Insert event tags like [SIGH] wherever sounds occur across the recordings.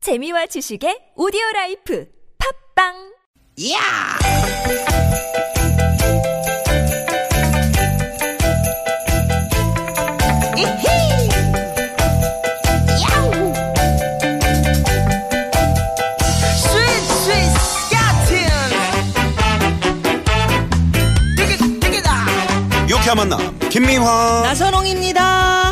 재미와 지식의 오디오 라이프 팝빵 이야! 이히! 야우! 스윗, 스윗, 야틴! 띠깃, 띠깃아! 유쾌한 만남 김미화 나선홍입니다.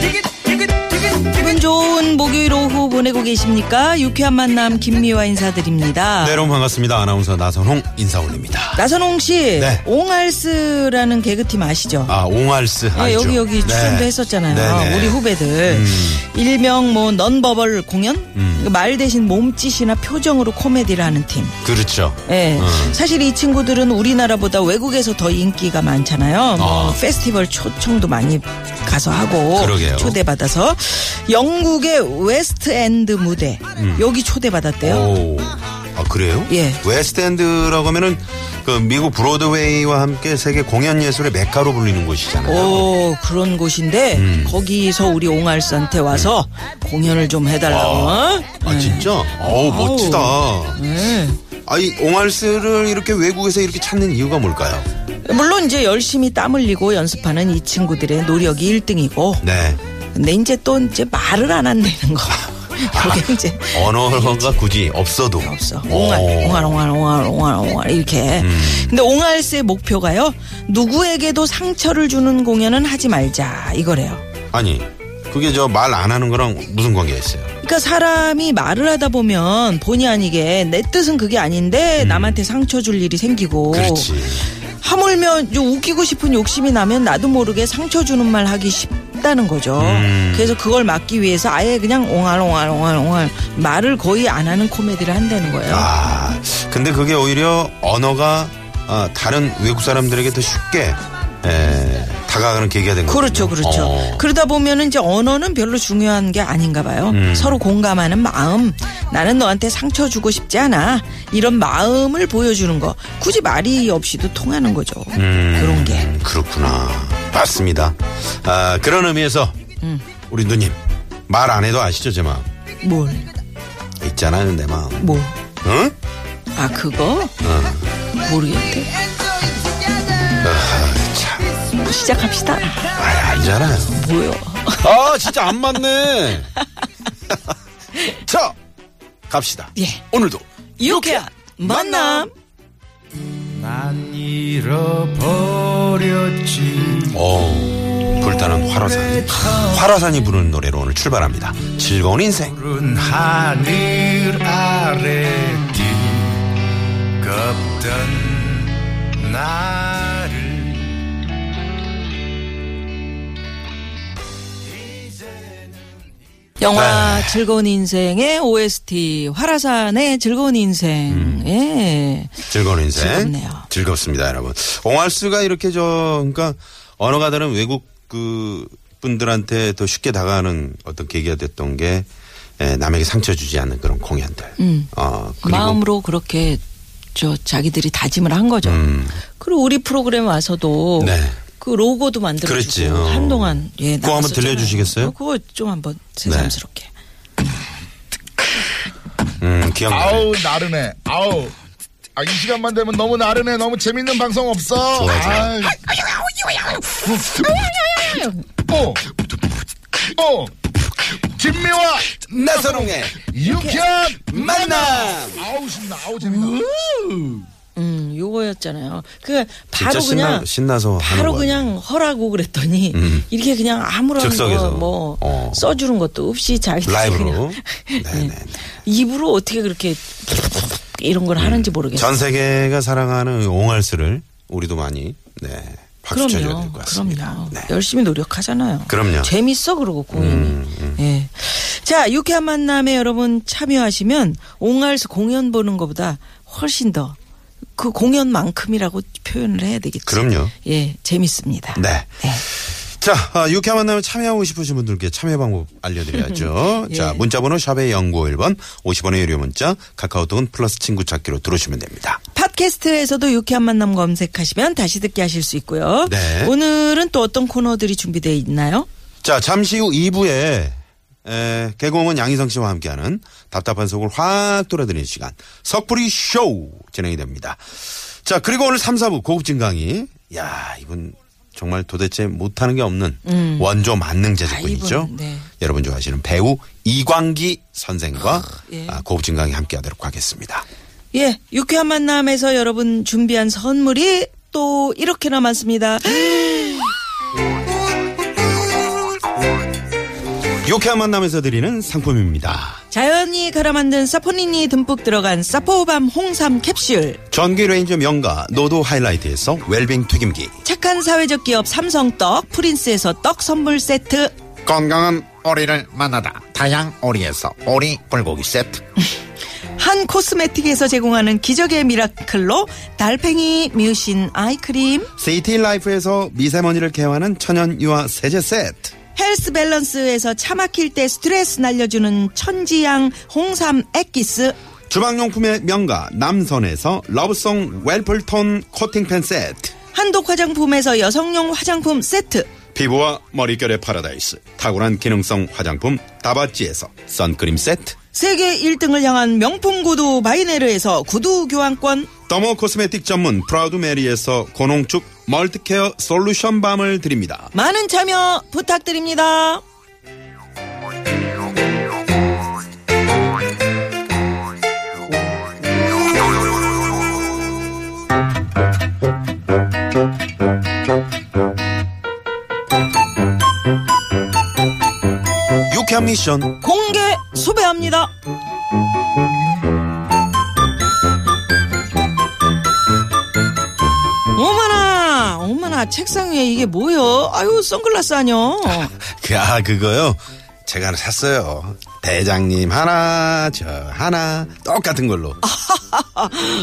띠깃, 띠깃, 띠깃, 띠깃. 기분 좋은 목요일 오후 보내고 계십니까? 유쾌한 만남 김미화 인사드립니다. 네 여러분 반갑습니다 아나운서 나선홍 인사 올립니다 나선홍 씨, 네. 옹알스라는 개그팀 아시죠? 아 옹알스 예, 알죠? 네. 여기 여기 출연도 했었잖아요. 네네. 음. 우리 후배들 일명 뭐 넌버벌 공연 그말 대신 몸짓이나 표정으로 코미디를 하는 팀. 그렇죠 예. 음. 사실 이 친구들은 우리나라보다 외국에서 더 인기가 많잖아요. 뭐 아. 페스티벌 초청도 많이 가서 하고 그러게요. 초대받아서 영국의 웨스트 엔드 무대 음. 여기 초대받았대요. 오. 아 그래요? 네. 예. 웨스트엔드라고 하면은 그 미국 브로드웨이와 함께 세계 공연 예술의 메카로 불리는 곳이잖아요 오, 그런 곳인데 음. 거기서 우리 옹알스한테 와서 공연을 좀 해달라고. 어? 네. 아 진짜? 어우 멋지다 예. 아이 옹알스를 이렇게 외국에서 이렇게 찾는 이유가 뭘까요? 물론 이제 열심히 땀 흘리고 연습하는 이 친구들의 노력이 1등이고 네 근데 이제 또 이제 말을 안 한다는 [LAUGHS] 거. 그게 이제 언어가 굳이 없어도 음. 없어. 오. 옹알, 옹알, 옹알, 옹알, 옹알, 옹알 이렇게. 근데 옹알스의 목표가요. 누구에게도 상처를 주는 공연은 하지 말자 이거래요. 아니 그게 저 말 안 하는 거랑 무슨 관계가 있어요? 그러니까 사람이 말을 하다 보면 본의 아니게 내 뜻은 그게 아닌데 남한테 상처 줄 일이 생기고. 음. 그렇지 하물며 요 웃기고 싶은 욕심이 나면 나도 모르게 상처 주는 말 하기 쉽다는 거죠. 음. 그래서 그걸 막기 위해서 아예 그냥 옹알 옹알 옹알 옹알 말을 거의 안 하는 코미디를 한다는 거예요. 아, 근데 그게 오히려 언어가 아, 다른 외국 사람들에게 더 쉽게 에, 다가가는 계기가 된 어. 거죠. 그렇죠, 그렇죠. 그러다 보면은 이제 언어는 별로 중요한 게 아닌가 봐요. 서로 공감하는 마음. 나는 너한테 상처 주고 싶지 않아. 이런 마음을 보여주는 거. 굳이 말이 없이도 통하는 거죠. 음. 그런 게. 그렇구나. 맞습니다. 아, 그런 의미에서 음. 우리 누님 말 안 해도 아시죠, 제 마음. 뭘, 있잖아요, 내 마음. 뭐. 응? 아, 그거? 모르겠대. 아, 참, 시작합시다. 아이, 아니잖아요. 뭐요? 아, 진짜 안 [LAUGHS] 맞네. 자, 갑시다. 예. 오늘도 유쾌한 만남. 난 잃어버렸지 어 불타는 화로산 화로산이 부르는 노래로 오늘 출발합니다 즐거운 인생 푸른 하늘 아래 뒤겁던 나를 영화 즐거운 인생의 OST 화라산의 즐거운 인생. 예. 즐거운 인생 즐겁네요. 습니다 여러분 옹알스가 이렇게 저 그러니까 언어가 다른 외국 그 분들한테 더 쉽게 다가가는 어떤 계기가 됐던 게 에, 남에게 상처 주지 않는 그런 공연들 어 그리고 음. 마음으로 그렇게 저 자기들이 다짐을 한 거죠. 그리고 우리 프로그램 와서도 음. 네. 그 로고도 만들어 그랬지, 주고 어. 한동안 예 그거 한번 나갔었잖아요. 들려주시겠어요? 네. 어, 그거 좀 한번 새삼스럽게. 음 기억나 아우 나른해 아우 아, 이 시간만 되면 너무 나른해 너무 재밌는 방송 없어 좋아, 좋아. 아이. 어. 어. 김미화 나선홍의 유쾌한 만남 아우 신나 아우 재밌다 음, 요거였잖아요. 그 바로 진짜 신나- 그냥 신나서 하는 바로 거야. 음. 그냥 허라고 그랬더니 이렇게 그냥 아무런 즉석에서. 거뭐 어. 써주는 것도 없이 자기 라이브로 네네 입으로 어떻게 그렇게 이런 음. 걸 하는지 모르겠어요. 전 세계가 사랑하는 옹알스를 우리도 많이 네 박수 쳐줘야 될 것 같습니다 그럼요. 네. 열심히 노력하잖아요. 그럼요. 음, 재밌어 그러고 공연이. 예. 자 유쾌한 만남에 여러분 참여하시면 옹알스 공연 보는 것보다 훨씬 더 그 공연만큼이라고 표현을 해야 되겠죠. 그럼요. 예, 재밌습니다. 네. 네. 자, 아, 유쾌한 만남에 참여하고 싶으신 분들께 참여 방법 [LAUGHS] 알려드려야죠. 예. 자, 문자번호 샵의 0951번, 50원의 유료 문자, 카카오톡은 플러스 친구 찾기로 들어오시면 됩니다. 팟캐스트에서도 유쾌한 만남 검색하시면 다시 듣기 하실 수 있고요. 네. 오늘은 또 어떤 코너들이 준비되어 있나요? 자, 잠시 후 2부에 에, 개공원 양희성 씨와 함께하는 답답한 속을 확 뚫어드리는 시간 석불이 쇼 진행이 됩니다. 자, 그리고 오늘 3, 4부 고급진 강의. 야, 이분 정말 도대체 못하는 게 없는 원조 만능 음. 아, 제작분이죠. 이분, 네. 여러분 좋아하시는 배우 이광기 선생과 예. 아, 고급진 강의 함께하도록 하겠습니다. 예, 유쾌한 만남에서 여러분 준비한 선물이 또 이렇게 남았습니다. 음! 유쾌한 만남에서 드리는 상품입니다. 자연이 갈아 만든 사포닌이 듬뿍 들어간 사포밤 홍삼 캡슐. 전기 레인저 명가 노도 하이라이트에서 웰빙 튀김기. 착한 사회적 기업 삼성떡 프린스에서 떡 선물 세트. 건강한 오리를 만나다 다양 오리에서 오리 불고기 세트 한 코스메틱에서 제공하는 기적의 미라클로 달팽이 뮤신 아이크림. 세이티 라이프에서 미세먼지를 개화하는 천연 유화 세제 세트. 헬스 밸런스에서 차 막힐 때 스트레스 날려주는 천지향 홍삼 액기스. 주방용품의 명가 남선에서 러브송 웰플톤 코팅팬 세트. 한독 화장품에서 여성용 화장품 세트. 피부와 머릿결의 파라다이스. 탁월한 기능성 화장품 다바찌에서 선크림 세트. 세계 1등을 향한 명품 구두 바이네르에서 구두 교환권. 더모 코스메틱 전문 프라우드 메리에서 고농축 멀티케어 솔루션 밤을 드립니다. 많은 참여 부탁드립니다. 유쾌한 미션. 공개 수배합니다. 어머나, 어머나, 책상 위에 이게 뭐여? 아유, 선글라스 아니여. [LAUGHS] 아, 그거요? 제가 하나 샀어요. 대장님 하나, 저 하나. 똑같은 걸로.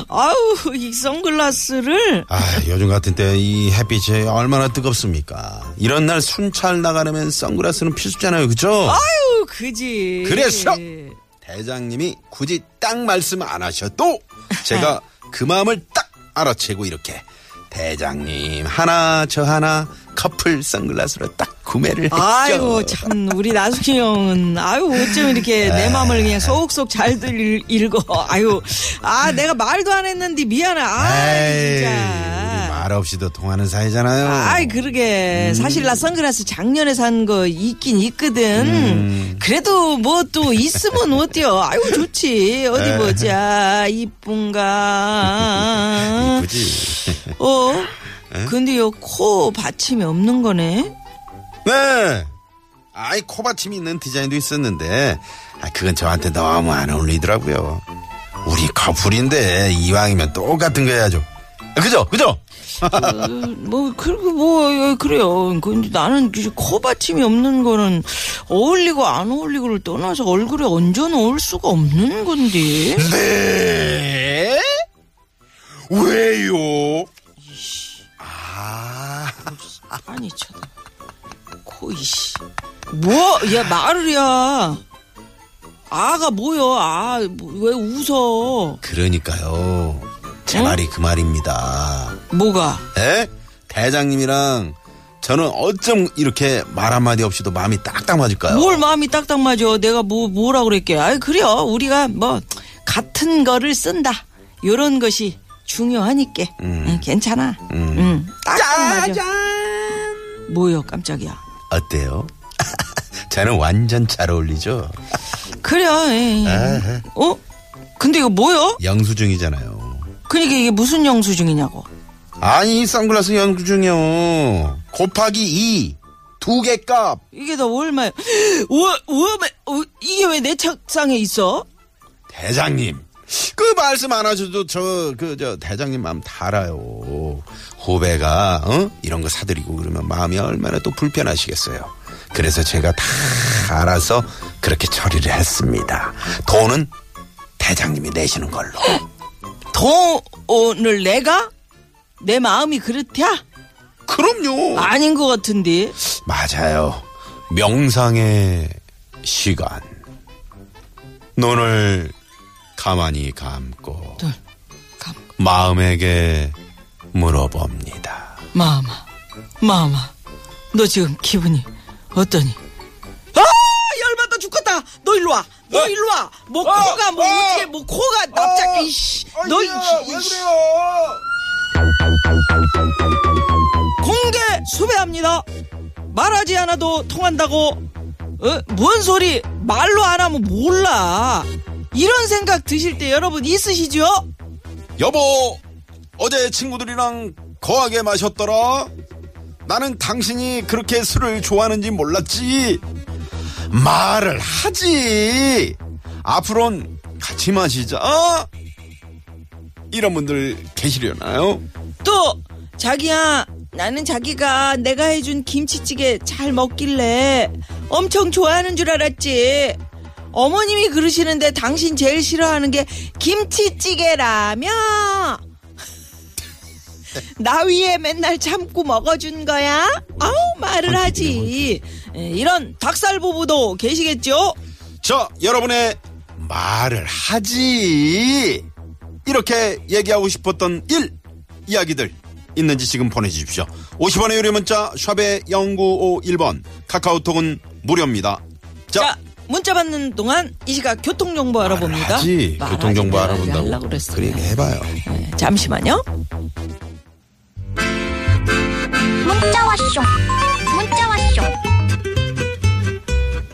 아유, 이 선글라스를. 아, 요즘 같은 때 이 햇빛이 얼마나 뜨겁습니까? 이런 날 순찰 나가려면 선글라스는 필수잖아요, 그죠? 아유, 그지. 그래서 대장님이 굳이 딱 말씀 안 하셔도 제가 그 마음을 딱 알아채고 이렇게 대장님 하나 저 하나 커플 선글라스로 딱 구매를 했죠. 아이고 참 우리 나숙이 형은 아유 어쩜 이렇게 아. 내 마음을 그냥 속속 잘들 일- 읽어 아유 아 내가 말도 안 했는데 미안해 에이, 아 우리 진짜 말 없이도 통하는 사이잖아요. 아이 그러게 사실 나 선글라스 작년에 산 거 있긴 있거든 그래도 뭐 또 있으면 어때요 아유 좋지 어디 보자 이쁜가 그지? 어 근데 요 코 받침이 없는 거네 네. 아이 코받침이 있는 디자인도 있었는데 아, 그건 저한테 너무 안 어울리더라고요. 우리 커플인데 이왕이면 똑같은 거 해야죠. 아, 그죠? 그죠? 뭐 그리고 뭐 예, 그래요. 근데 나는 이제 코 받침이 없는 거는 어울리고 안 어울리고를 떠나서 얼굴에 얹어 놓을 수가 없는 건데. 네? 왜요? 아, 아니 쳐다. 코이씨. 뭐? 야 말을야. 아가 뭐여? 아왜 웃어? 그러니까요. 제 응? 말이 그 말입니다. 뭐가? 에? 대장님이랑 저는 어쩜 이렇게 말 한마디 없이도 마음이 딱딱 맞을까요? 뭘 마음이 딱딱 맞아. 내가 뭐, 뭐라 그랬게. 아이, 그래요. 우리가 뭐, 같은 거를 쓴다. 요런 것이 중요하니까. 응, 괜찮아. 응, 딱딱 맞아. 뭐요, 깜짝이야. 어때요? [LAUGHS] 저는 완전 잘 어울리죠? 그래요, 에이. 어? 근데 이거 뭐요? 영수증이잖아요. 그니까 이게 무슨 영수증이냐고. 아니, 선글라스 영수증이요. 곱하기 2. 두 개 값. 이게 다 얼마야? 와, 와, 어, 이게 왜 내 책상에 있어? 대장님. 그 말씀 안 하셔도 저 그 저 대장님 마음 다 알아요. 후배가 어? 이런 거 사드리고 그러면 마음이 얼마나 또 불편하시겠어요. 그래서 제가 다 알아서 그렇게 처리를 했습니다. 돈은 대장님이 내시는 걸로. 돈을 내가? 내 마음이 그렇다? 그럼요. 아닌 것 같은데. 맞아요. 명상의 시간. 눈을 가만히 네. 감고 감- 마음에게 물어봅니다. 마마, 마마, 너 지금 기분이 어떠니? 아 열받다 죽겠다. 너 일로 와. 너 일로 와. 뭐 코가 뭐 어, 떻게뭐 코가 납작 이씨. 너 이씨. 공개 수배합니다. 말하지 않아도 통한다고. 어? 뭔 소리? 말로 안 하면 몰라. 이런 생각 드실 때 여러분 있으시죠? 여보, 어제 친구들이랑 거하게 마셨더라. 나는 당신이 그렇게 술을 좋아하는지 몰랐지. 말을 하지. 앞으론 같이 마시자. 이런 분들 계시려나요? 또 자기야 나는 자기가 내가 해준 김치찌개 잘 먹길래 엄청 좋아하는 줄 알았지 어머님이 그러시는데 당신 제일 싫어하는 게 김치찌개라며 [LAUGHS] 나 위에 맨날 참고 먹어준 거야 아우 말을 하지 예, 이런 닭살 부부도 계시겠죠 저 여러분의 말을 하지. 이렇게 얘기하고 싶었던 일 이야기들 있는지 지금 보내주십시오. 50원의 유료 문자 샵의 0951번 카카오톡은 무료입니다. 자, 자 문자 받는 동안 이 시각 교통정보 알아봅니다 하지. 말하지, 교통정보 말하지 알아본다고. 하려고 그랬어요. 그래 해봐요. 네, 잠시만요. 문자 왔쇼 문자 왔쇼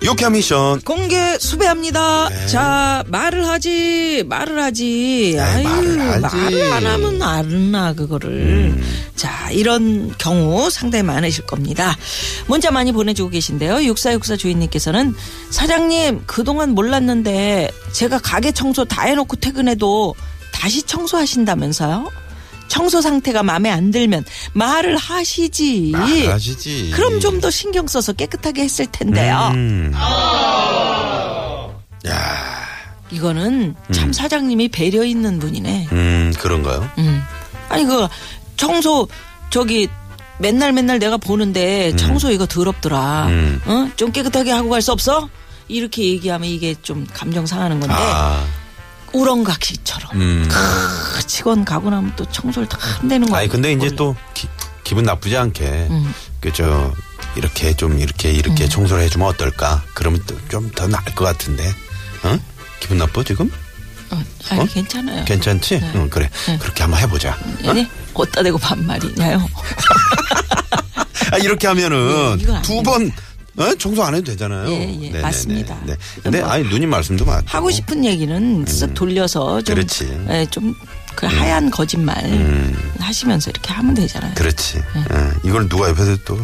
유쾌 미션. 공개 수배합니다. 네. 자, 말을 하지, 말을 하지. 아유, 말을 하지. 음. 말을 안 하면 알나, 그거를. 자, 이런 경우 상당히 많으실 겁니다. 문자 많이 보내주고 계신데요. 6464 주인님께서는 사장님, 그동안 몰랐는데 제가 가게 청소 다 해놓고 퇴근해도 다시 청소하신다면서요? 청소 상태가 마음에 안 들면 말을 하시지. 말하시지. 그럼 좀 아. 더 신경 써서 깨끗하게 했을 텐데요. 음. 이거는 참 사장님이 배려 있는 분이네. 음, 그런가요? 네. 아니 그 청소 저기 맨날 맨날 내가 보는데 청소 이거 더럽더라. 음. 어? 좀 깨끗하게 하고 갈 수 없어? 이렇게 얘기하면 이게 좀 감정 상하는 건데 아, 우렁각시처럼 음. 크, 직원 가고 나면 또 청소를 다 한다는 거야. 아니 근데 이제 또 기, 기분 나쁘지 않게 음. 그저 이렇게 좀 이렇게 이렇게 청소를 해주면 어떨까? 그러면 또 좀 더 나을 것 같은데, 어? 기분 나빠 지금? 어, 아니 어? 괜찮아요. 괜찮지? 음. 응 그래 그렇게 한번 해보자. 얘네 어디다 대고 반말이냐요? 아, 이렇게 하면은 예, 이건 안 두 번 어? 청소 안 해도 되잖아요. 예, 예, 맞습니다. 네. 근데 뭐 아니 누님 말씀도 맞고 하고 싶은 얘기는 쓱 돌려서 좀, 음. 그렇지. 음. 예, 좀그 하얀 거짓말 하시면서 이렇게 하면 되잖아요. 그렇지. 음. 예, 이걸 누가 옆에서 또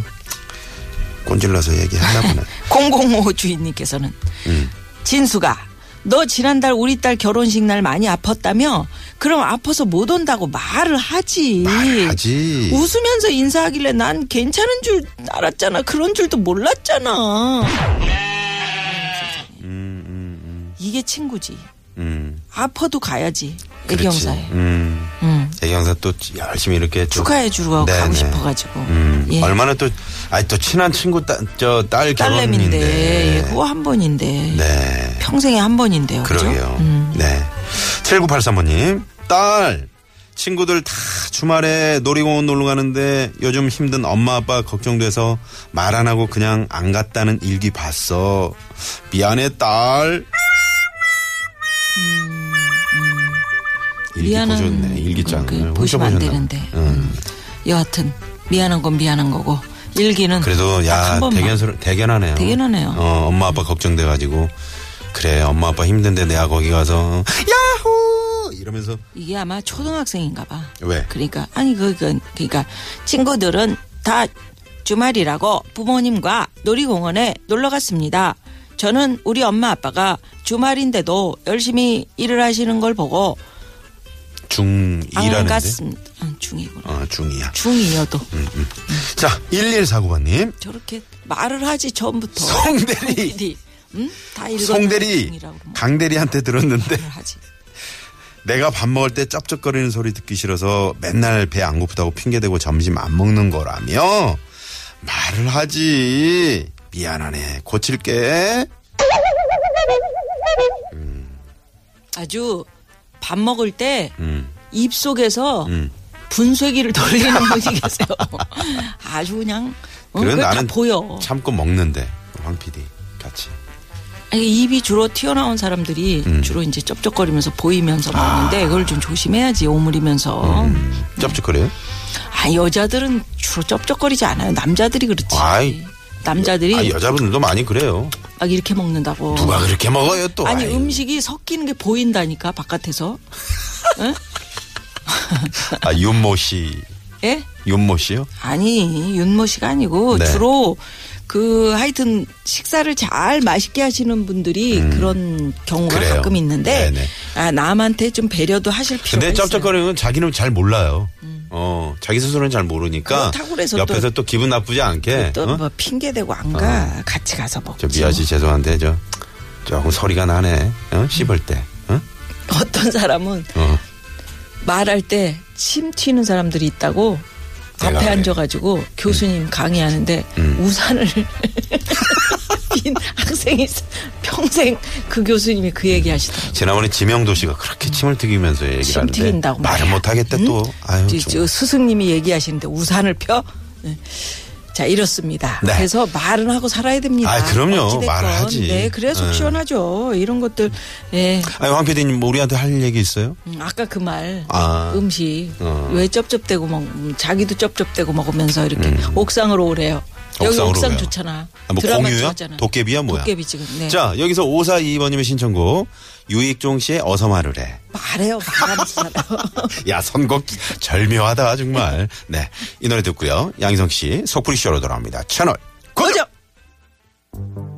꼰질러서 얘기하나 [LAUGHS] 보네. 005 주인님께서는 음. 진수가 너 지난달 우리 딸 결혼식 날 많이 아팠다며 그럼 아파서 못 온다고 말을 하지. 아, 하지. 웃으면서 인사하길래 난 괜찮은 줄 알았잖아. 그런 줄도 몰랐잖아. 이게 친구지. 음, 아파도 가야지. 그렇지. 애경사에. 음. 음. 애경사 또 열심히 이렇게 쭉 축하해 주러 네, 가고 네. 싶어가지고. 음, 예. 얼마나 또, 아니, 또 친한 친구 딸, 저, 딸 결혼인데. 딸내미인데 예, 그거 한 번인데 네. 평생에 한 번인데요. 그죠? 그러게요. 음. 네. 7983번님, 딸, 친구들 다 주말에 놀이공원 놀러 가는데 요즘 힘든 엄마 아빠 걱정돼서 말 안 하고 그냥 안 갔다는 일기 봤어. 미안해, 딸. 일기 음, 미안한 보셨네. 일기장을. 그 보시면 안 훔쳐보셨나 되는데. 봐. 음. 여하튼 미안한 건 미안한 거고 일기는 그래도 딱한 야 번만. 대견스러 대견하네요. 대견하네요. 어 엄마 아빠 걱정돼 가지고 그래 엄마 아빠 힘든데 내가 거기 가서 야호 이러면서 이게 아마 초등학생인가 봐. 왜? 그러니까 아니 그 그- 그러니까 친구들은 다 주말이라고 부모님과 놀이공원에 놀러 갔습니다. 저는 우리 엄마 아빠가 주말인데도 열심히 일을 하시는 걸 보고 안 중이라는데. 음. 갔습니다. 아, 중이구나. 어 중이야. 중이어도 자 1149번님 저렇게 말을 하지 처음부터. 송대리 PD. 응? 다 읽어. 송대리 강대리한테 들었는데 하지. 내가 밥 먹을 때 쩝쩝거리는 소리 듣기 싫어서 맨날 배 안 고프다고 핑계대고 점심 안 먹는 거라며 말을 하지 미안하네 고칠게 아주 밥 먹을 때 음. 입 속에서 분쇄기를 돌리는 분이 계세요. [LAUGHS] 아주 그냥 어, 그래 그게 다 나는 보여. 참고 먹는데 황 PD 같이. 아니, 입이 주로 튀어나온 사람들이 음. 주로 이제 쩝쩝거리면서 보이면서 아. 먹는데 그걸 좀 조심해야지 오므리면서. 음. 쩝쩝거려요? 아 여자들은 주로 쩝쩝거리지 않아요. 남자들이 그렇지. 아이. 남자들이 아 여자분들도 많이 그래요. 막 이렇게 먹는다고. 누가 그렇게 먹어요 또? 아니 아이, 음식이 섞이는 게 보인다니까 바깥에서. 아 윤모 씨, 예? 윤모 씨요? 아니 윤모 씨가 아니고 네. 주로 그 하여튼 식사를 잘 맛있게 하시는 분들이 그런 경우가 음. 그래요. 가끔 있는데 네네. 아 남한테 좀 배려도 하실 필요가 근데 있어요. 네, 쩝쩝거리는 건 자기는 잘 몰라요. 어 자기 스스로는 잘 모르니까 음. 그렇다고 그래서 또- 옆에서 또, 기분 나쁘지 않게. 또 어? 뭐 핑계 대고 안 가 같이 가서 저 먹죠. 미아 씨 죄송한데 저 조금 소리가 나네. 어? 씹을 때. 음. 어? 뭐. 어떤 사람은 어. 말할 때 침 튀는 사람들이 있다고 내가 음. 앞에 그래. 앉아가지고 교수님 강의하는데 우산을 [LAUGHS] 빈 학생이 있어. 평생 그 교수님이 그 음. 얘기 하시더라고요. 지난번에 지명도 씨가 그렇게 침을 튀기면서 얘기를 침 하는데 튀긴다고 말을 말이야. 못 하겠다 응? 또. 아유 정말. 저- 저 스승님이 얘기하시는데 우산을 펴? 네. 자 이렇습니다. 네. 그래서 말은 하고 살아야 됩니다. 아, 그럼요. 어찌됐건. 말을 하지. 네, 그래야 속 네. 시원하죠. 이런 것들. 예, 아니 황 PD님 뭐 우리한테 할 얘기 있어요? 음, 아까 그 말 아. 음식 어. 왜 쩝쩝대고 먹 음, 자기도 쩝쩝대고 먹으면서 이렇게 옥상으로 오래요. 여기 음. 옥상으로 옥상 오래요. 좋잖아. 아, 뭐 드라마 공유야? 좋아하잖아. 도깨비야 뭐야? 도깨비 지금. 네. 자 여기서 5422번님의 신청곡 유익종 씨의 어서 말을 해. 말해요. 말하면서 [LAUGHS] 살아요. 야 선곡 절묘하다 정말. 네 이 노래 듣고요. 양희성 씨 속풀이 쇼로 돌아옵니다. 채널 고정.